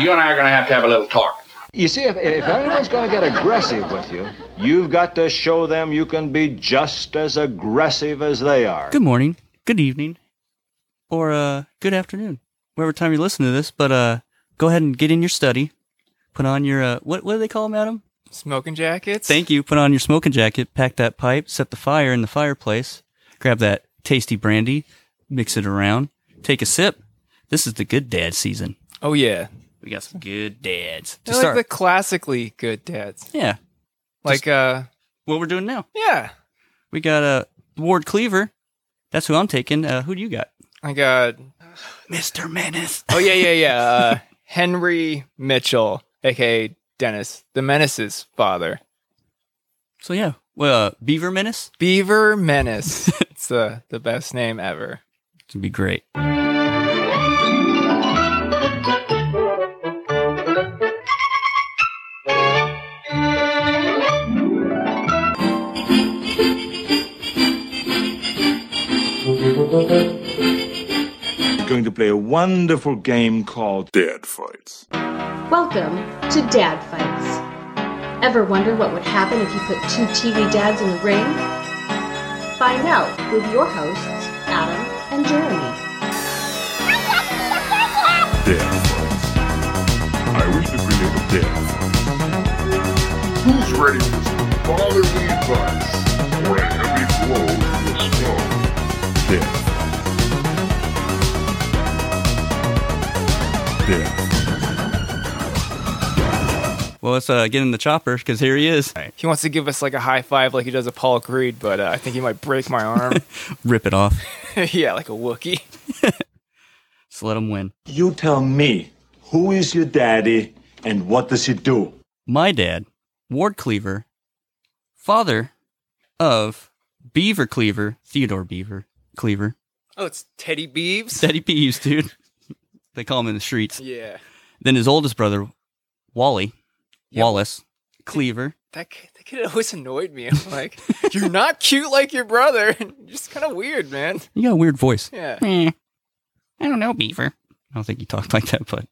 You and I are going to have to have a little talk. You see, if, if anyone's going to get aggressive with you, you've got to show them you can be just as aggressive as they are. Good morning, good evening, or uh, good afternoon, whatever time you listen to this. But uh, go ahead and get in your study, put on your uh, what what do they call them, Adam? Smoking jackets. Thank you. Put on your smoking jacket, pack that pipe, set the fire in the fireplace, grab that tasty brandy, mix it around, take a sip. This is the good dad season. Oh yeah. We got some good dads to They're like start. the classically good dads. yeah, Like uh what we're doing now. yeah. We got uh, Ward Cleaver. That's who I'm taking. Uh, who do you got? I got Mr. Menace. uh, oh yeah, yeah, yeah. Uh Henry Mitchell, aka Dennis, the Menace's father. So yeah, well, uh, Beaver Menace. Beaver Menace. it's the the best name ever. It's gonna be great. going to play a wonderful game called Dad fights. Welcome to Dad Fights. Ever wonder what would happen if you put two TV dads in the ring? Find out with your hosts, Adam and Jeremy. Dad fights. I wish to create a dad fight. Who's ready for some fatherly advice or a heavy blow from the strong? Dad fights. Dad fights. Well, let's uh, get in the chopper because here he is. He wants to give us like a high five like he does a Paul Creed, but uh, I think he might break my arm. Rip it off. yeah, like a Wookiee. Just let him win. You tell me, who is your daddy and what does he do? My dad, Ward Cleaver, father of Beaver Cleaver, Theodore Beaver Cleaver. Oh, it's Teddy Beeves. Steady Peeves, dude. they call him in the streets. yeah. Then his oldest brother, Wally, Yep. Wallace Cleaver. that kid, that kid always annoyed me. I'm like, you're not cute like your brother. and you're just kind of weird, man. You got a weird voice. Yeah, Eh, I don't know, Beaver. I don't think he talked like that, but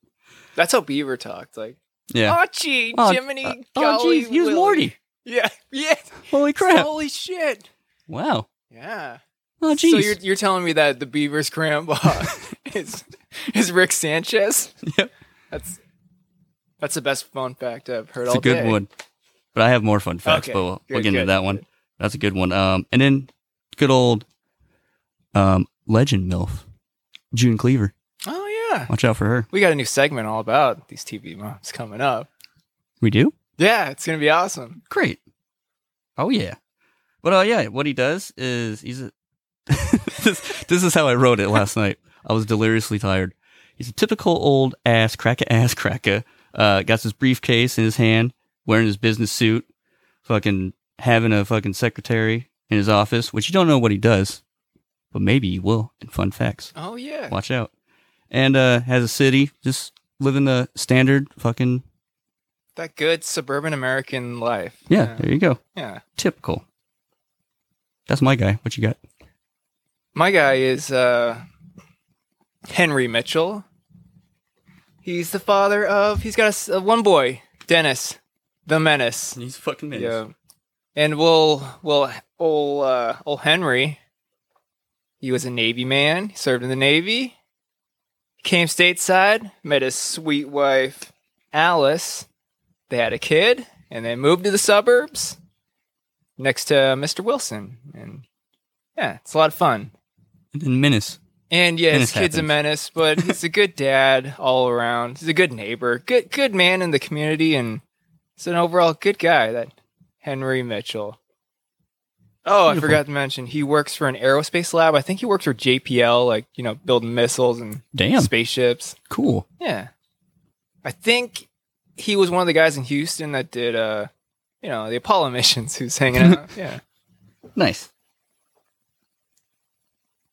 that's how Beaver talked. Like, yeah. oh gee, Oh, Jiminy, uh, golly, oh, geez, he was Willy." Morty. Yeah, yeah. Holy crap. Holy shit. Wow. Yeah. Oh, So you're jeez. you're telling me that the Beaver's grandpa is is Rick Sanchez? Yep. That's that's the best fun fact I've heard It's all a good day. one. But I have more fun facts, Okay, but we'll, we'll good, get into good, that one. That's a good one. Um, and then good old um, legend MILF, June Cleaver. Oh yeah. Watch out for her. We got a new segment all about these TV moms coming up. We do? Yeah, it's gonna be awesome. Great. Oh, yeah. But uh, yeah, what he does is he's a. this, this is how I wrote it last night. I was deliriously tired. He's a typical old ass cracker ass cracker. Uh, got his briefcase in his hand, wearing his business suit, fucking having a fucking secretary in his office, which you don't know what he does, but maybe he will in fun facts. Oh yeah. Watch out. And uh, has a city, just living the standard fucking. That good suburban American life. Yeah, there you go. Yeah. Typical. That's my guy. What you got? My guy is uh Henry Mitchell. He's the father of he's got a s- uh, one boy, Dennis, the Menace. He's fucking Yeah. And we'll we'll ol uh ol Henry. He was a Navy man, he served in the Navy. Came stateside, met his sweet wife, Alice. They had a kid, and they moved to the suburbs next to Mr. Wilson. And yeah, it's a lot of fun. And then Menace. And yeah, his Menace kid's a happens. menace, but he's a good dad all around. He's a good neighbor, good good man in the community, and he's an overall good guy. That Henry Mitchell. Oh, I Beautiful. forgot to mention he works for an aerospace lab. I think he works for JPL, like you know, building missiles and Damn. spaceships. Cool. Yeah, I think he was one of the guys in Houston that did, uh, you know, the Apollo missions. Who's hanging out? yeah. Nice.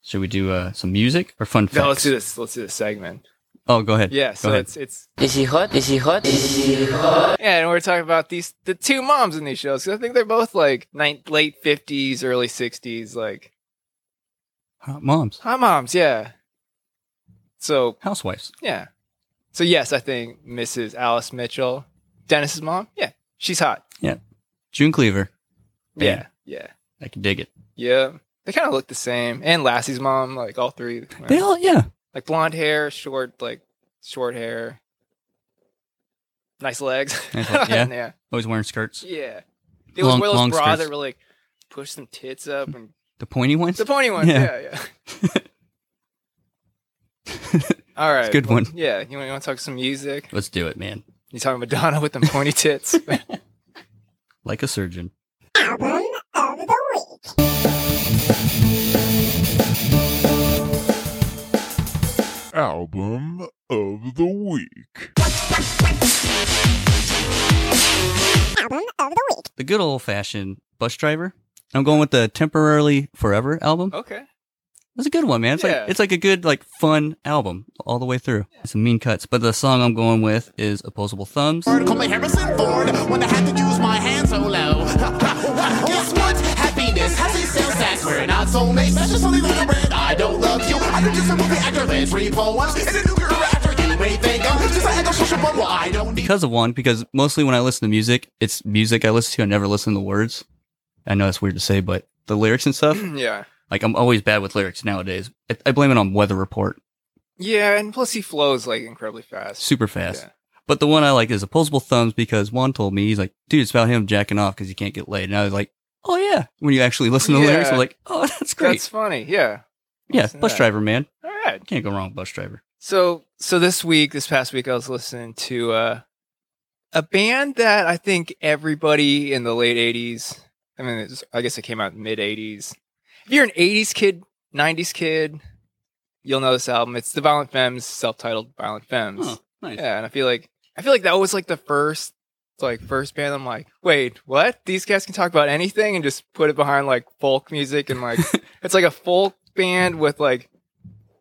Should we do uh, some music or fun facts? No, let's do this. Let's do this segment. Oh, go ahead. Yeah, Go so ahead. it's it's Is he hot? Is he hot? Yeah, and we're talking about these the two moms in these shows. 'cause I think they're both like nine, late fifties, early sixties, like Hot moms, hot moms. Yeah. So housewives. yeah, So yes, I think Mrs. Alice Mitchell, Dennis's mom. Yeah, she's hot. June Cleaver. Yeah, yeah, I can dig it. yeah. They kind of look the same. And Lassie's mom, like all three, They all, yeah. like blonde hair, short, like short hair, nice legs. Nice leg- yeah. yeah, Always wearing skirts. yeah. It Long- was Willow's long bra skirts. that really like, pushed some tits up and The pointy ones. the pointy ones. Yeah. Yeah, yeah. all right, a good one. well, Yeah, you want, you want to talk some music? Let's do it, man. You talking Madonna with them pointy tits? Like a surgeon. Album of the Week. The good old fashioned bus driver. I'm going with the temporarily forever album. okay. It's a good one, man. It's Yeah. like it's like a good, like fun album all the way through. Some mean cuts, but the song I'm going with is "Opposable Thumbs." Call me Harrison Ford when I had to use my hands so low. Guess what? Happiness has a sales tax. We're not soulmates. That's just something like a red. I don't love you. I am just a movie actor. Man, three poems in a nuclear reactor. You may think I'm just a echo social bubble. I don't need. Because of one, because mostly when I listen to music, it's music I listen to. I never listen to the words. I know that's weird to say, but the lyrics and stuff. Yeah. Like I'm always bad with lyrics nowadays. I, I blame it on Weather Report. Yeah, and plus he flows like incredibly fast. Super fast. Yeah. But the one I like is opposable thumbs because Juan told me he's like, dude, it's about him jacking off because he can't get laid. And I was like, oh yeah. When you actually listen to the lyrics, Yeah. I'm like, oh, that's great. That's funny. Yeah. yeah, listen to bus that. driver, man. All right. Can't go wrong, with bus driver. So so this week, this past week, I was listening to uh, a band that I think everybody in the late '80s. I mean, it's, I guess it came out mid '80s. If you're an '80s kid, '90s kid, you'll know this album. It's the Violent Femmes, self-titled Violent Femmes. Oh, nice. Yeah, and I feel like I feel like that was like the first like first band I'm like, wait, what? These guys can talk about anything and just put it behind like folk music and like it's like a folk band with like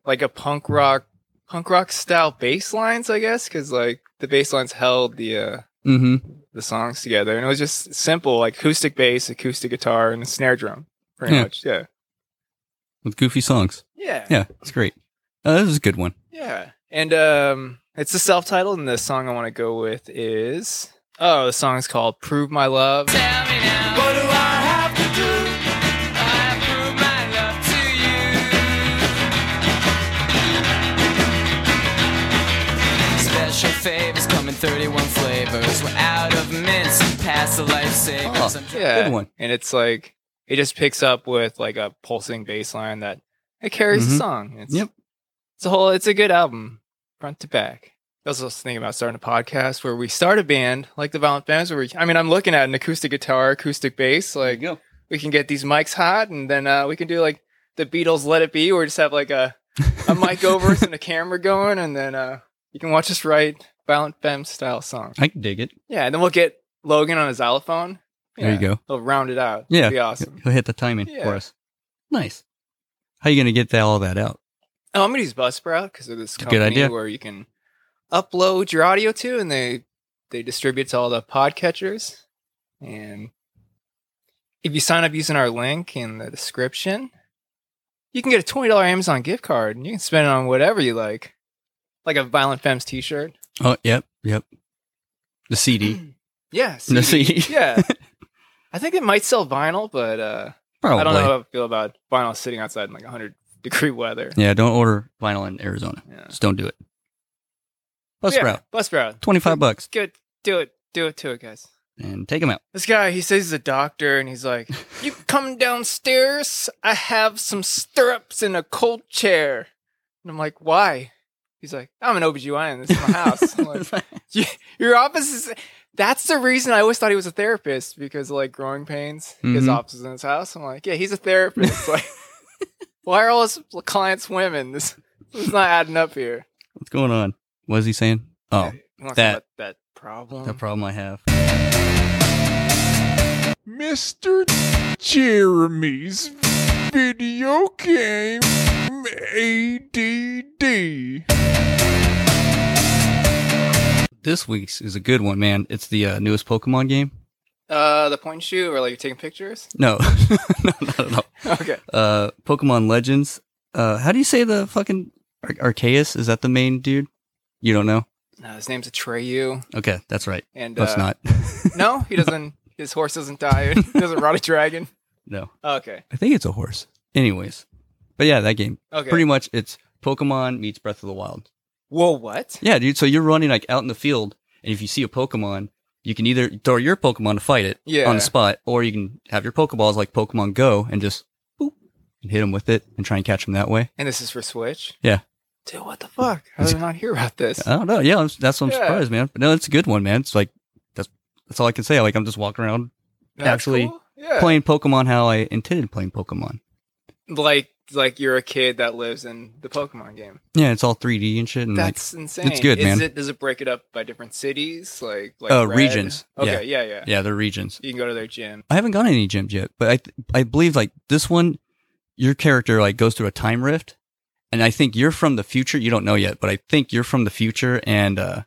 like a punk rock punk rock style bass lines, I guess, because like the bass lines held the uh Mm-hmm. the songs together and it was just simple, like acoustic bass, acoustic guitar, and a snare drum. Pretty Yeah. much. Yeah. With goofy songs. Yeah. Yeah, it's great. Uh, this is a good one. Yeah. And um it's the self-titled and the song I want to go with is Oh, the song's called Prove My Love. Special favors come in 31 flavors. We're out of mints and past the lifesavers. Oh. I'm Yeah. Good one. And it's like it just picks up with like a pulsing bass line that it carries the Mhm. song. It's, Yep. It's a whole it's a good album, front to back. I was also thinking about starting a podcast where we start a band like the Violent Femmes. Where we, I mean, I'm looking at an acoustic guitar, acoustic bass. Like go. we can get these mics hot, and then uh, we can do like the Beatles' "Let It Be," or just have like a a mic over us and a camera going, and then uh, you can watch us write Violent Femme style songs. I can dig it. Yeah, and then we'll get Logan on a xylophone. There you Yeah, go. He'll round it out. Yeah. It'll be awesome. He'll hit the timing Yeah. for us. Nice. How you going to get that, all that out? Oh, I'm gonna use Buzzsprout because of this It's a good company idea. where you can upload your audio to, and they they distribute to all the podcatchers. And if you sign up using our link in the description, you can get a twenty dollar Amazon gift card, and you can spend it on whatever you like, like a Violent Femmes T-shirt. Oh, yep, yep. The CD. Yeah, The CD. CD. yeah. I think it might sell vinyl, but uh, Probably. I don't know how I feel about vinyl sitting outside in like 100 degree weather. Yeah, don't order vinyl in Arizona. Yeah. Just don't do it. Bus Yeah, route. Buzzsprout. 25 bucks Good. Do it. Do it to it, guys. and take them out. This guy, he says he's a doctor, and he's like, "You come downstairs. I have some stirrups in a cold chair." And I'm like, "Why?" He's like, "I'm an OBGYN. This is my house." I'm like, "Y- "Your office is." That's the reason I always thought he was a therapist because like growing pains, his Mhm. office is in his house. I'm like, "Yeah, he's a therapist." like, why are all his clients women? This, this is not adding up here. What's going on? What is he saying? Oh, You want to That- talk about that problem. the problem I have. Mr. Jeremy's video game ADD. This week's is a good one, man. It's the uh, newest Pokemon game. uh, the point and shoot, or like taking pictures. No, no, not at all. Okay. Uh, Pokemon Legends. Uh, how do you say the fucking Ar- Arceus? Is that the main dude? You don't know? No, his name's Atreyu. Okay, that's right. And That's uh, not. No, he doesn't. his horse doesn't die. He doesn't ride a dragon. no. Okay. I think it's a horse. Anyways. But yeah, that game. Okay. Pretty much it's Pokemon meets Breath of the Wild. Whoa, what? Yeah, dude. So you're running like out in the field, and if you see a Pokemon, you can either throw your Pokemon to fight it Yeah. on the spot, or you can have your Pokeballs like Pokemon Go and just boop and hit them with it and try and catch them that way. And this is for Switch? Yeah. Uh, Dude, what the fuck? How did I not hear about this? I don't know. Yeah, I'm, that's what I'm Yeah. surprised, man. But no, it's a good one, man. It's like that's that's all I can say. Like I'm just walking around That's actually cool. yeah. playing Pokemon how I intended playing Pokemon. like like you're a kid that lives in the Pokemon game. Yeah, it's all 3D and shit, and like That's insane. Mm, good, Is man. It, does it break it up by different cities? Like like Uh, red? regions. Okay, yeah. yeah, yeah, they're regions. You can go to their gym. I haven't gone any gyms yet, but I th- I believe like this one, your character like goes through a time rift, and I think you're from the future. You don't know yet, but I think you're from the future, and uh,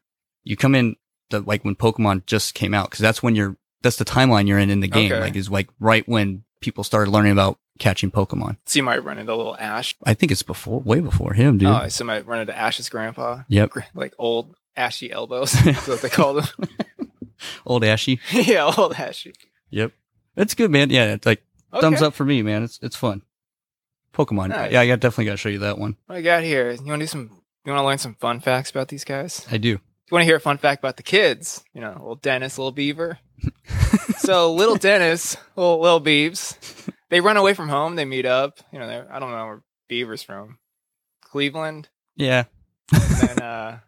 you come in the like when Pokemon just came out because that's when you're that's the timeline you're in in the game. Okay. Like is like right when people started learning about catching Pokemon. So you might run into little Ash. I think it's before way before him, dude. Oh, so you might run into Ash's grandpa. Yep, Gr- Like old ashy elbows. That's what they call them. old Ashy. yeah, old ashy. Yep, it's good, man. Yeah, it's like Okay. thumbs up for me, man. It's it's fun. Pokemon. Nice. Yeah, I got definitely got to show you that one. What I got here. You want to do some? You want to learn some fun facts about these guys? I do. You want to hear a fun fact about the kids? You know, little Dennis, little Beaver. so little Dennis, little little Beeves, they run away from home. They meet up. You know, they're I don't know where Beaver's from, Cleveland. Yeah, And then, uh,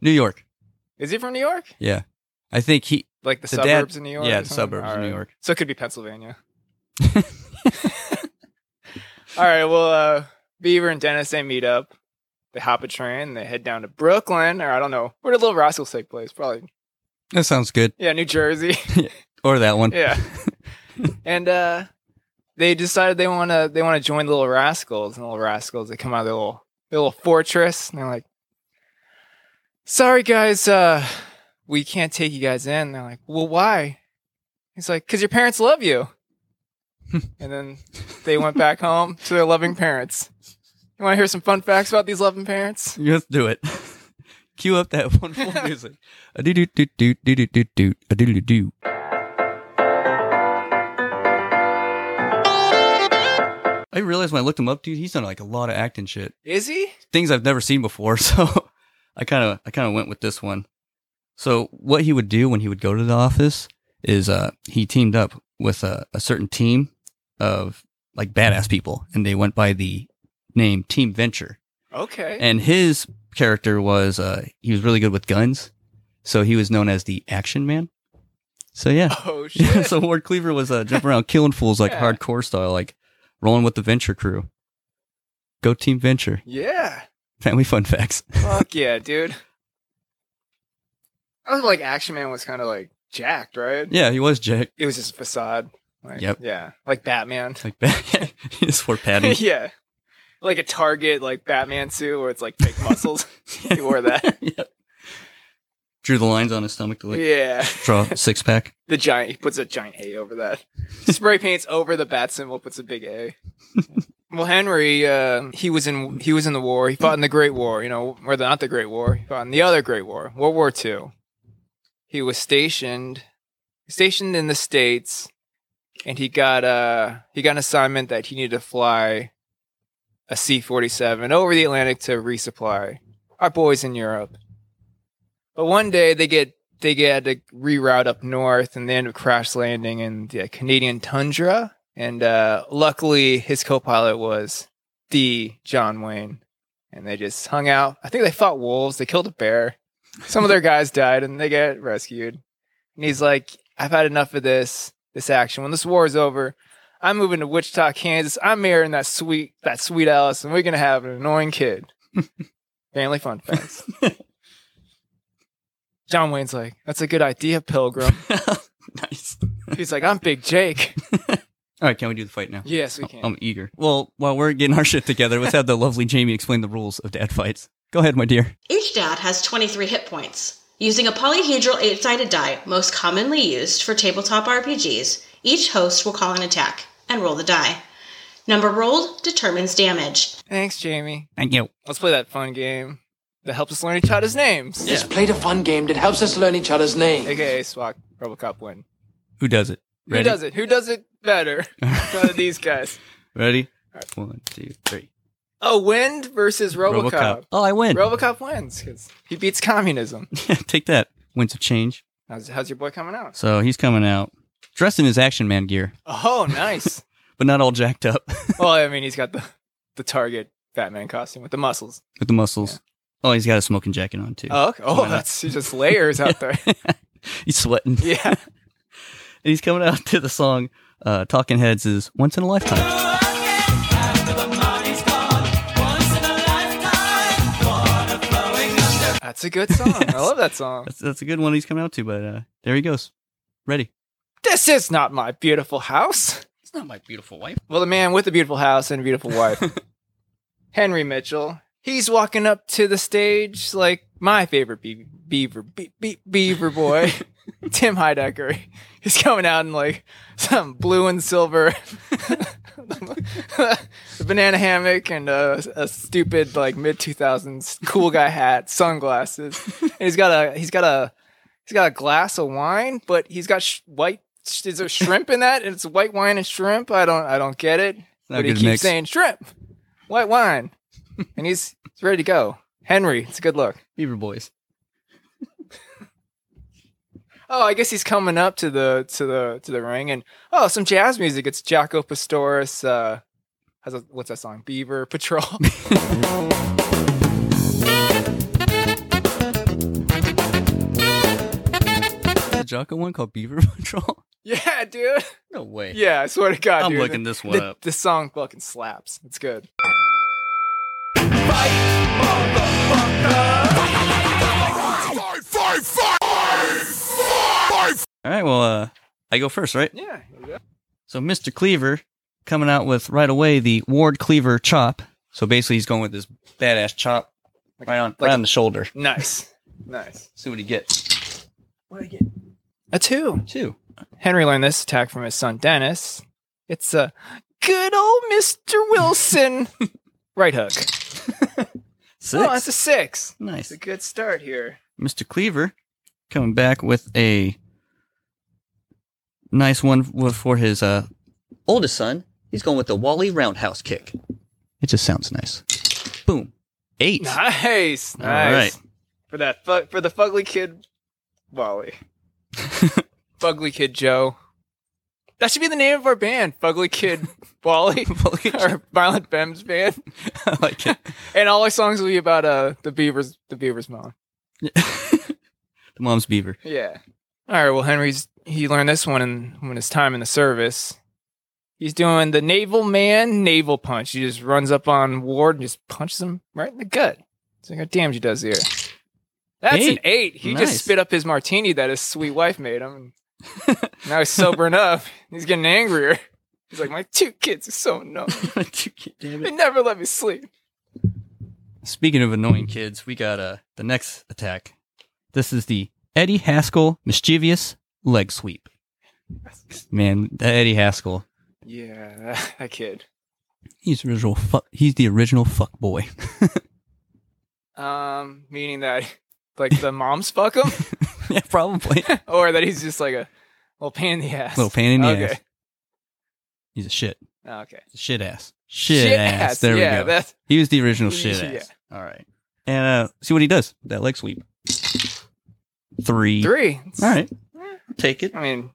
New York. is he from New York? Yeah. I think he Like the, The dad- suburbs in New York? yeah, or the something? suburbs of New York. So it could be Pennsylvania. All right. Well, uh, Beaver and Dennis they meet up. They hop a train. They head down to Brooklyn, or I don't know where did Little Rascals take place. Probably that sounds good. yeah, New Jersey. Or that one. yeah. and uh, they decided they want to they want to join the Little Rascals. And the Little Rascals they come out of their little their little fortress, and they're like, "Sorry guys, uh, we can't take you guys in." And they're like, "Well, why?" He's like, "Cause your parents love you." and then they went back home to their loving parents. You want to hear some fun facts about these loving parents? Let's do it. Cue up that wonderful music. A do do do do do do do do a do do do. I realized when I looked him up, dude, he's done like a lot of acting shit. Is he? Things I've never seen before, so I kinda I kinda went with this one. So what he would do when he would go to the office is uh he teamed up with a, a certain team of like badass people and they went by the name Team Venture. Okay. And his character was uh he was really good with guns. So he was known as the action man. So yeah. oh shit. Yeah, so Ward Cleaver was uh jumping around killing fools like Yeah. hardcore style, like rolling with the venture crew. Go team venture. yeah. Family fun facts. Fuck yeah, dude. I was like, Action Man was kind of like jacked, right? Yeah, he was Jack. It was just a facade. Like, Yep. Yeah. Like Batman. Like bad he just wore padding. yeah. Like a Target, like Batman suit where it's like fake muscles. he wore that. yeah. Drew the lines on his stomach to like yeah. draw a six pack. The giant, he puts a giant A over that. Spray paints over the bat symbol, puts a big A. Well, Henry, uh, he was in he was in the war. He fought in the Great War, you know, or the, not the Great War. He fought in the other Great War, World War Two. He was stationed stationed in the states, and he got uh he got an assignment that he needed to fly a C forty seven over the Atlantic to resupply our boys in Europe. But one day they get they get to reroute up north, and they end up crash landing in the Canadian tundra. And uh, luckily, his co-pilot was the John Wayne, and they just hung out. I think they fought wolves. They killed a bear. Some of their guys died, and they get rescued. And he's like, "I've had enough of this this action. When this war is over, I'm moving to Wichita, Kansas. I'm marrying that sweet that sweet Alice, and we're gonna have an annoying kid." Family fun facts. John Wayne's like, "That's a good idea, Pilgrim." nice. He's like, I'm Big Jake. All right, can we do the fight now? Yes, we can. I'm eager. Well, while we're getting our shit together, let's have the lovely Jamie explain the rules of dad fights. Go ahead, my dear. Each dad has 23 hit points. Using a polyhedral eight sided die, most commonly used for tabletop RPGs, each host will call an attack and roll the die. Number rolled determines damage. Thanks, Jamie. Thank you. Let's play that fun game. that helps us learn each other's names. Yeah. Played a fun game that helps us learn each other's names. AKA SWAC RoboCop win. Who does it? Who does it? Who does it better? None of these guys. Ready? One, two, three. Oh, Wind versus RoboCop. Oh, I win. RoboCop wins because he beats communism. Take that. Winds of change. How's, how's your boy coming out? So he's coming out dressed in his action man gear, Oh, nice. but not all jacked up well, I mean, he's got the the Target Batman costume with the muscles. with the muscles. Oh, he's got a smoking jacket on too. Oh, okay. Why oh, not? that's he just layers out there. he's sweating. Yeah. And he's coming out to the song uh, Talking Heads is Once in a Lifetime. That's a good song. I love that song. That's, that's a good one he's coming out to, but uh, there he goes. Ready. This is not my beautiful house. It's not my beautiful wife. Well, the man with a beautiful house and a beautiful wife, Henry Mitchell, he's walking up to the stage like my favorite be- beaver be- be- beaver boy, Tim Heidecker. He's coming out in like some blue and silver banana hammock and a, a stupid like mid two thousands cool guy hat, sunglasses, and he's got a he's got a he's got a glass of wine, but he's got sh- white. sh- Is there shrimp in that? It's white wine and shrimp. I don't. I don't get it. not a but he good keeps mix. saying shrimp, white wine, and he's he's ready to go. Henry, it's a good look. Beaver Boys. Oh, I guess he's coming up to the to the to the ring, and oh, some jazz music. It's Jaco Pastoris. Uh, has a, what's that song? Beaver Patrol. The Jocko one called Beaver Patrol? yeah, dude. No way. Yeah, I swear to God, I'm dude. looking this one the, up. The song fucking slaps. It's good. All right, well, uh, I go first, right? Yeah. So Mr. Cleaver coming out with right away the Ward Cleaver chop. So basically, he's going with this badass chop right on right on the shoulder. Nice. Nice. See what he gets. A two. Two. Henry learned this attack from his son Dennis. It's a good old Mr. Wilson right hook. Six. Oh, that's a six. It's nice. a good start here. Mr. Cleaver coming back with a nice one w- for his uh, oldest son. He's going with the Wally roundhouse kick. It just sounds nice. Boom. Eight. Nice, All nice. right. For that fu- for the fugly kid Wally. fugly kid Joe. That should be the name of our band, Fugly Kid Wally. our Violent Femmes band. I like it. And all our songs will be about uh the beavers the beavers mom. The mom's beaver. Yeah. All right. Well, Henry's he learned this one in when his time in the service. He's doing the naval man naval punch. He just runs up on Ward and just punches him right in the gut. It's like how damage he does here. That's an Eight. eight. He Nice. just spit up his martini that his sweet wife made him. And now he's sobering up. He's getting angrier. He's like, my two kids are so numb. They never let me sleep. Speaking of annoying kids, we got uh, the next attack. This is the Eddie Haskell mischievous leg sweep. Man, that Eddie Haskell. Yeah, that, that kid. He's the original fuck. He's the original fuck boy. Um, meaning that like the moms fuck him. yeah, probably. or that he's just like a little pain in the ass. Little pain in the okay. ass. He's a shit. Okay. Shit ass. Shit, Shit ass. ass, There yeah, we go. that's- He was the original shit Yeah. ass. All right. And uh, see what he does. with That leg sweep. Three. Three. All right. Take it. I mean,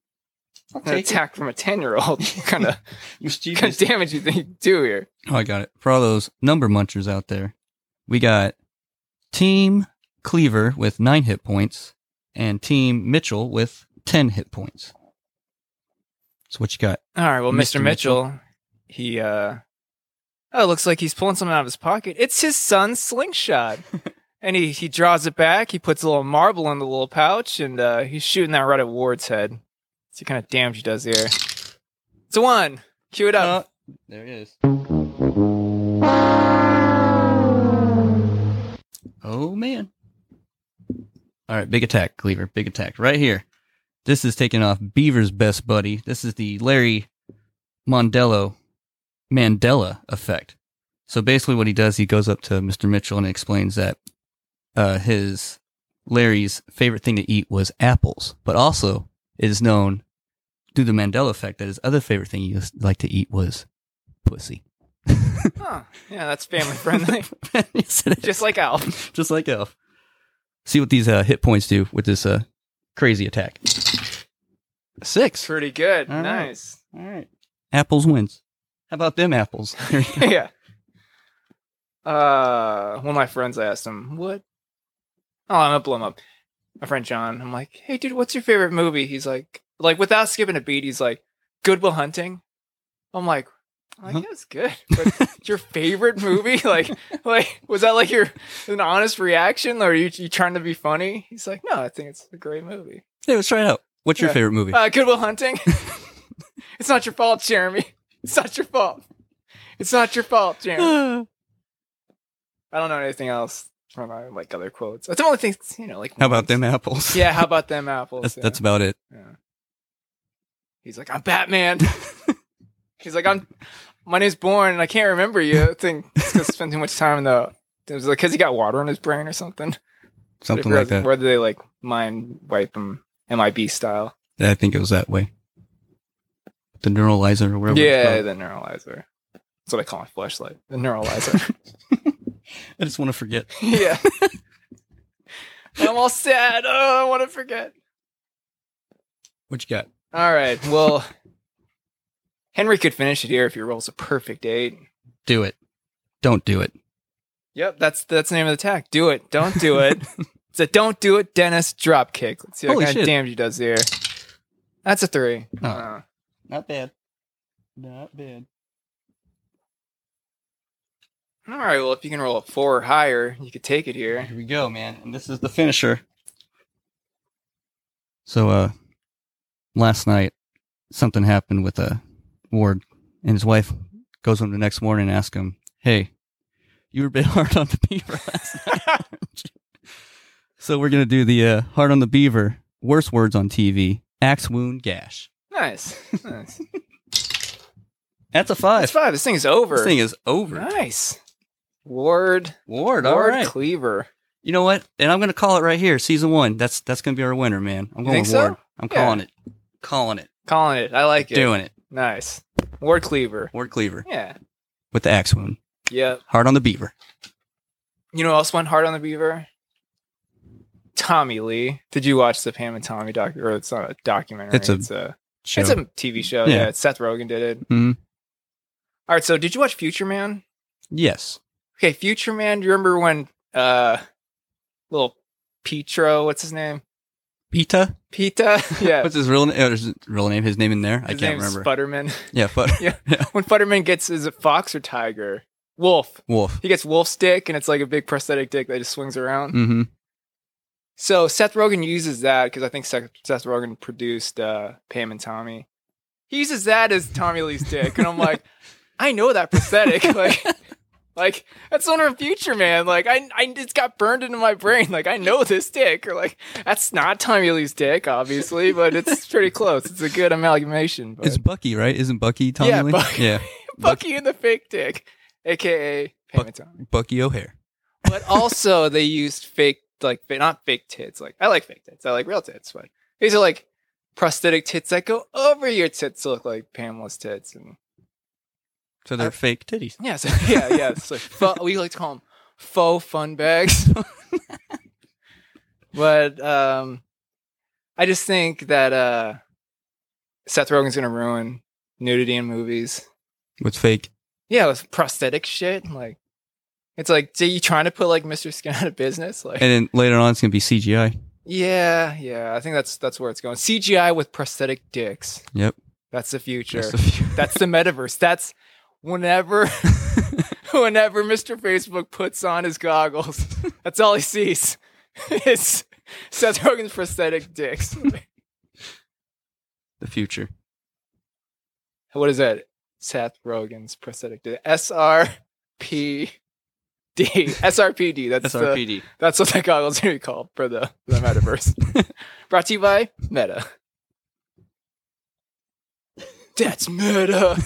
an take it. attack from a 10 year old. What kind of Mischievous. kind of damage you think you do here? Oh, I got it. For all those number munchers out there, we got Team Cleaver with nine hit points and Team Mitchell with 10 hit points. So, what you got? All right. Well, Mr. Mr. Mitchell, Mitchell. he, uh, oh, it looks like he's pulling something out of his pocket. It's his son's slingshot. and he, he draws it back. He puts a little marble in the little pouch and uh, he's shooting that right at Ward's head. See what kind of damage he does here. It's a one. Cue it Uh, up. there it is. Oh, man. All right. Big attack, Cleaver. Big attack right here. This is taking off Beaver's best buddy. This is the Larry Mondello Mandela effect. So basically, what he does, he goes up to Mr. Mitchell and explains that uh, his Larry's favorite thing to eat was apples, but also it is known through the Mandela effect that his other favorite thing he used like to eat was pussy. Huh. Yeah, that's family friendly. Yes, it is. Just like Al. just like Elf. See what these uh, hit points do with this uh, crazy attack. Six. Pretty good. All right. nice. All right. Apples wins. How about them apples? There you go. yeah. Uh, one of my friends asked him, "What?" Oh, I'm gonna blow him up. My friend John. I'm like, "Hey, dude, what's your favorite movie?" He's like, like without skipping a beat, he's like, "Goodwill Hunting." I'm like, I Huh? guess it's good. But your favorite movie? Like, like was that like your an honest reaction, or are you, you trying to be funny? He's like, "No, I think it's a great movie." hey, let's try it out. What's your Yeah. favorite movie? Uh, Goodwill Hunting. it's not your fault, Jeremy. It's not your fault. It's not your fault, Uh, Jeremy. I don't know anything else from uh, like other quotes. That's the only thing you know. Like How about ones. them apples? Yeah, how about them apples? That's, yeah. that's about it. Yeah. He's like, I'm Batman. He's like, I'm. My name's Born, and I can't remember you. I think it's 'cause I spent too much time in the. It was like because he got water in his brain or something. Something like that. Where do they like mind wipe him? MIB style. I think it was that way. The neuralizer or whatever. it's Yeah, called. the neuralizer. That's what I call my flashlight. The neuralizer. I just want to forget. yeah. I'm all sad. Oh, I want to forget. What you got? All right. Well, Henry could finish it here if he rolls a perfect eight. Do it. Don't do it. Yep, that's that's the name of the attack. Do it. Don't do it. it's a don't do it, Dennis drop kick. Let's see what Holy kind shit. of damage he does here. That's a three. Oh. Uh, Not bad. Not bad. all right. Well, if you can roll a four or higher, you could take it here. Here we go, man. And this is the finisher. So, uh, last night, something happened with uh, Ward, and his wife goes home the next morning and asks him, Hey, you were a bit hard on the beaver last night. so, we're going to do the uh, hard on the beaver, worst words on TV, axe, wound, gash. Nice. nice. That's a That's five. five. This thing's over. This thing is over. nice. Ward. Ward, all Ward right. Cleaver. You know what? And I'm going to call it right here, season one. That's that's going to be our winner, man. I'm going think with so? Ward. I'm Yeah. calling it. Calling it. Calling it. I like it. Doing it. Nice. Ward Cleaver. Ward Cleaver Yeah. with the axe wound. Yep. Hard on the beaver. You know who else went hard on the Beaver? Tommy Lee. Did you watch the Pam and Tommy doc? Or it's not a documentary. It's a a Show. it's a TV show. Yeah. Yeah, Seth Rogen did it. Mhm. All right. So did you watch Future Man? yes. Okay, Future Man. Do you remember when uh, little Petro? What's his name? Pita. Pita. Yeah. What's his real name? His real name. His name in there. I his can't name's remember. Sputterman. yeah, but Yeah. when Futterman gets is it fox or tiger? Wolf. Wolf. He gets Wolf's dick, and it's like a big prosthetic dick that just swings around. Mm-hmm. So Seth Rogen uses that because I think Seth, Seth Rogen produced uh, Pam and Tommy. He uses that as Tommy Lee's dick, and I'm like, I know that prosthetic, like, like that's on her future, man. Like, I, I, it's got burned into my brain. Like, I know this dick, or like, that's not Tommy Lee's dick, obviously, but it's pretty close. It's a good amalgamation. But It's Bucky, right? Isn't Bucky Tommy Yeah, Lee? Bucky. Yeah, Bucky and the fake dick, aka Pam Buck- and Tommy. Bucky O'Hare. but also they used fake like fa- not fake tits like i like fake tits i like real tits but these are like prosthetic tits that go over your tits to look like pamela's tits and So Uh, they're fake titties. yeah so yeah yeah it's like fo- we like to call them faux fun bags but um i just think that uh seth rogen's gonna ruin nudity in movies What's fake? yeah with prosthetic shit like it's like are you trying to put like mr skin out of business like And then later on, it's gonna be CGI. Yeah, yeah. I think that's that's where it's going. CGI with prosthetic dicks. Yep. That's the future. Just a few. that's the metaverse. That's whenever whenever Mr. Facebook puts on his goggles, that's all he sees. it's Seth Rogen's prosthetic dicks. the future. what is that? Seth Rogen's prosthetic dick. SRPD. SRPD. That's That's uh, the- RPD. That's what that goggle's gonna be called for the, for the metaverse. Brought to you by Meta. That's Meta.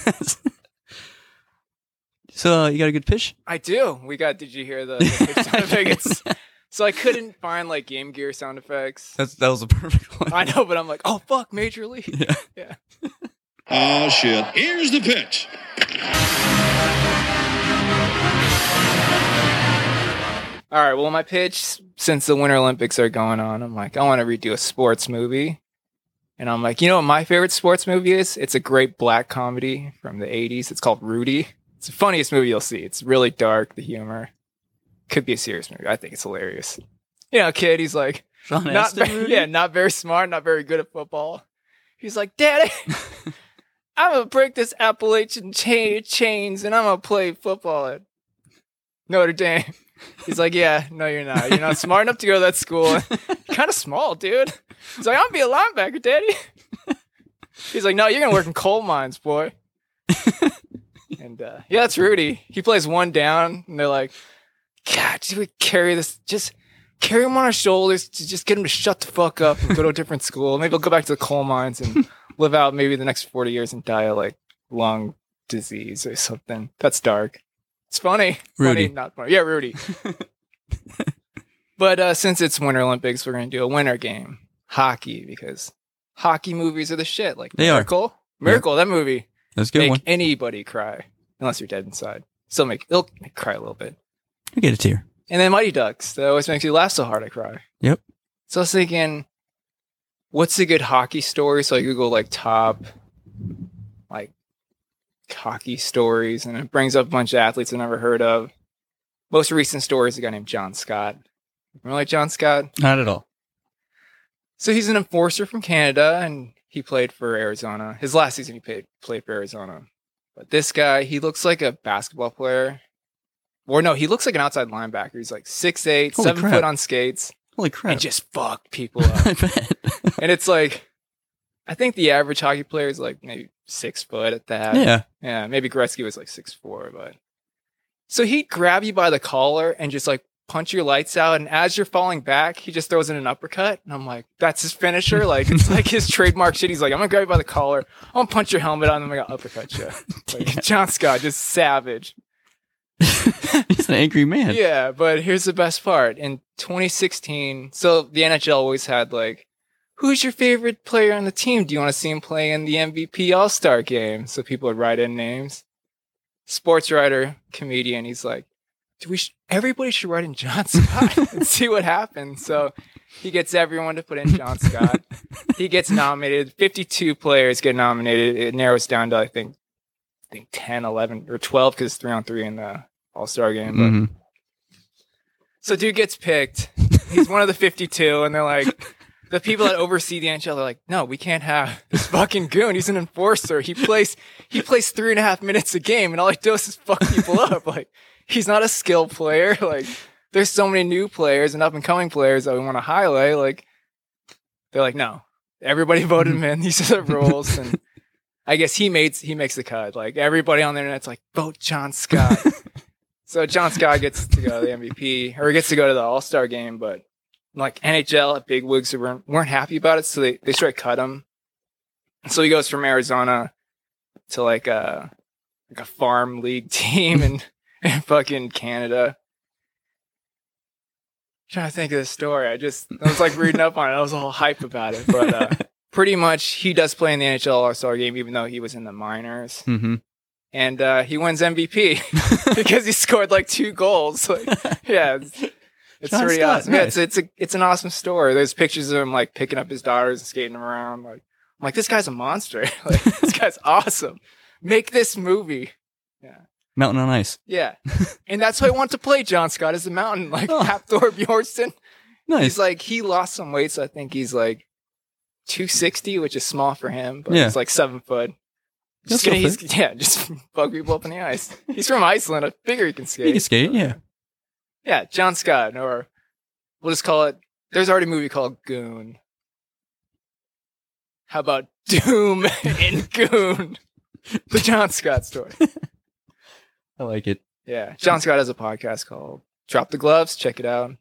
so uh, you got a good pitch? I do. We got. Did you hear the? the pitch sound effect? it's So I couldn't find like Game Gear sound effects. That's that was a perfect one. I know, but I'm like, oh fuck, Major League. Yeah. Yeah. Oh, shit. Here's the pitch. All right. Well, my pitch since the Winter Olympics are going on, I'm like, I want to redo a sports movie. And I'm like, you know what my favorite sports movie is? It's a great black comedy from the 80s. It's called Rudy. It's the funniest movie you'll see. It's really dark, the humor. Could be a serious movie. I think it's hilarious. You know, kid, he's like, Sean not Astin very, Rudy? yeah, not very smart, not very good at football. He's like, Daddy, I'm gonna break this Appalachian cha- chains and I'm gonna play football at Notre Dame. He's like, Yeah, no, you're not. You're not smart enough to go to that school. kind of small, dude. He's like, I'm gonna be a linebacker, Daddy. He's like, No, you're gonna work in coal mines, boy. and uh, yeah, that's Rudy. He plays one down, and they're like, God, do we carry this? Just carry him on our shoulders to just get him to shut the fuck up and go to a different school. Maybe he'll go back to the coal mines and live out maybe the next 40 years and die of like lung disease or something. That's dark. It's funny. Rudy. Funny, not funny. Yeah, Rudy. but uh, since it's Winter Olympics, we're going to do a winter game hockey because hockey movies are the shit. Like They are. Miracle. Miracle, that movie. That's a good make one. anybody cry unless you're dead inside. Still make it'll make cry a little bit. You get a tear. And then Mighty Ducks. That always makes you laugh so hard I cry. Yep. So I was thinking, what's a good hockey story? So I Google like top like hockey stories and it brings up a bunch of athletes I've never heard of. Most recent story is a guy named John Scott. Remember like John Scott? Not at all. So he's an enforcer from Canada, and he played for Arizona. His last season, he played played for Arizona. But this guy, he looks like a basketball player, or no, he looks like an outside linebacker. He's like six eight, Holy seven crap. foot on skates, Holy crap! and just fuck people up. I bet. and it's like, I think the average hockey player is like maybe six foot at that. yeah. Yeah, maybe Gretzky was like six four, but so he'd grab you by the collar and just like punch your lights out, and as you're falling back, he just throws in an uppercut, and I'm like, that's his finisher, like it's like his trademark shit. He's like, I'm gonna grab you by the collar, I'm gonna punch your helmet on, and I'm gonna uppercut you. Like, John Scott, just savage. He's an angry man. Yeah, but here's the best part. In 2016, so the NHL always had like, who's your favorite player on the team? Do you want to see him play in the MVP All Star game? So people would write in names. Sports writer, comedian, he's like, do we? Sh- everybody should write in John Scott and see what happens. So he gets everyone to put in John Scott. he gets nominated. 52 players get nominated. It narrows down to I think, I think 10, 11, or 12 because three on three in the All Star game. But Mhm. so dude gets picked. He's one of the 52, and they're like, the people that oversee the NHL, they're like, no, we can't have this fucking goon. He's an enforcer. He plays he plays three and a half minutes a game, and all he does is fuck people up. Like he's not a skill player. Like there's so many new players and up and coming players that we want to highlight. Like they're like, no, everybody voted him in. These are the rules, and I guess he makes he makes the cut. Like everybody on the internet's like, vote John Scott. So John Scott gets to go to the MVP, or he gets to go to the All Star game, but like NHL big wigs weren't, weren't happy about it, so they they straight cut him. So he goes from Arizona to like a like a farm league team in, in fucking Canada. trying to think of the story. I just I was like reading up on it. I was all hype about it, but uh, pretty much he does play in the NHL All Star game, even though he was in the minors Mhm. and uh, he wins MVP because he scored like two goals. Like, yeah, it's, it's John pretty Scott, awesome. Yeah, it's it's a, it's an awesome story. There's pictures of him like picking up his daughters and skating them around. Like I'm like, this guy's a monster. like this guy's awesome. Make this movie. Mountain on Ice. Yeah, and that's why I want to play John Scott as the Mountain, like Oh. Hap Thor Bjornsson. He's Nice. like he lost some weight, so I think he's like 260, which is small for him, but Yeah. he's like seven foot. That's Just gonna, still he's, yeah, just fuck people up in the ice. He's from Iceland. I figure he can skate. he can skate. Yeah. Yeah, John Scott, or we'll just call it. There's already a movie called Goon. How about Doom and Goon? The John Scott story. I like it. Yeah, John Scott has a podcast called Drop the Gloves. Check it out.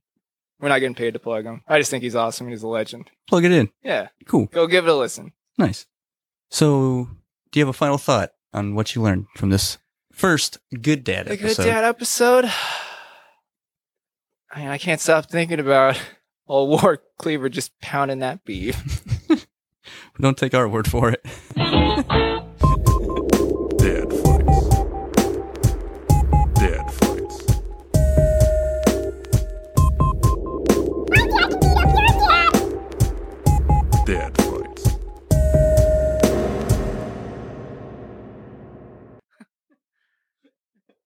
We're not getting paid to plug him. I just think he's awesome. and He's a legend. Plug it in. Yeah, Cool. go give it a listen. Nice. So, do you have a final thought on what you learned from this first Good Dad The episode? Good Dad episode. I mean, I can't stop thinking about old War Cleaver just pounding that beef. Don't take our word for it. Dead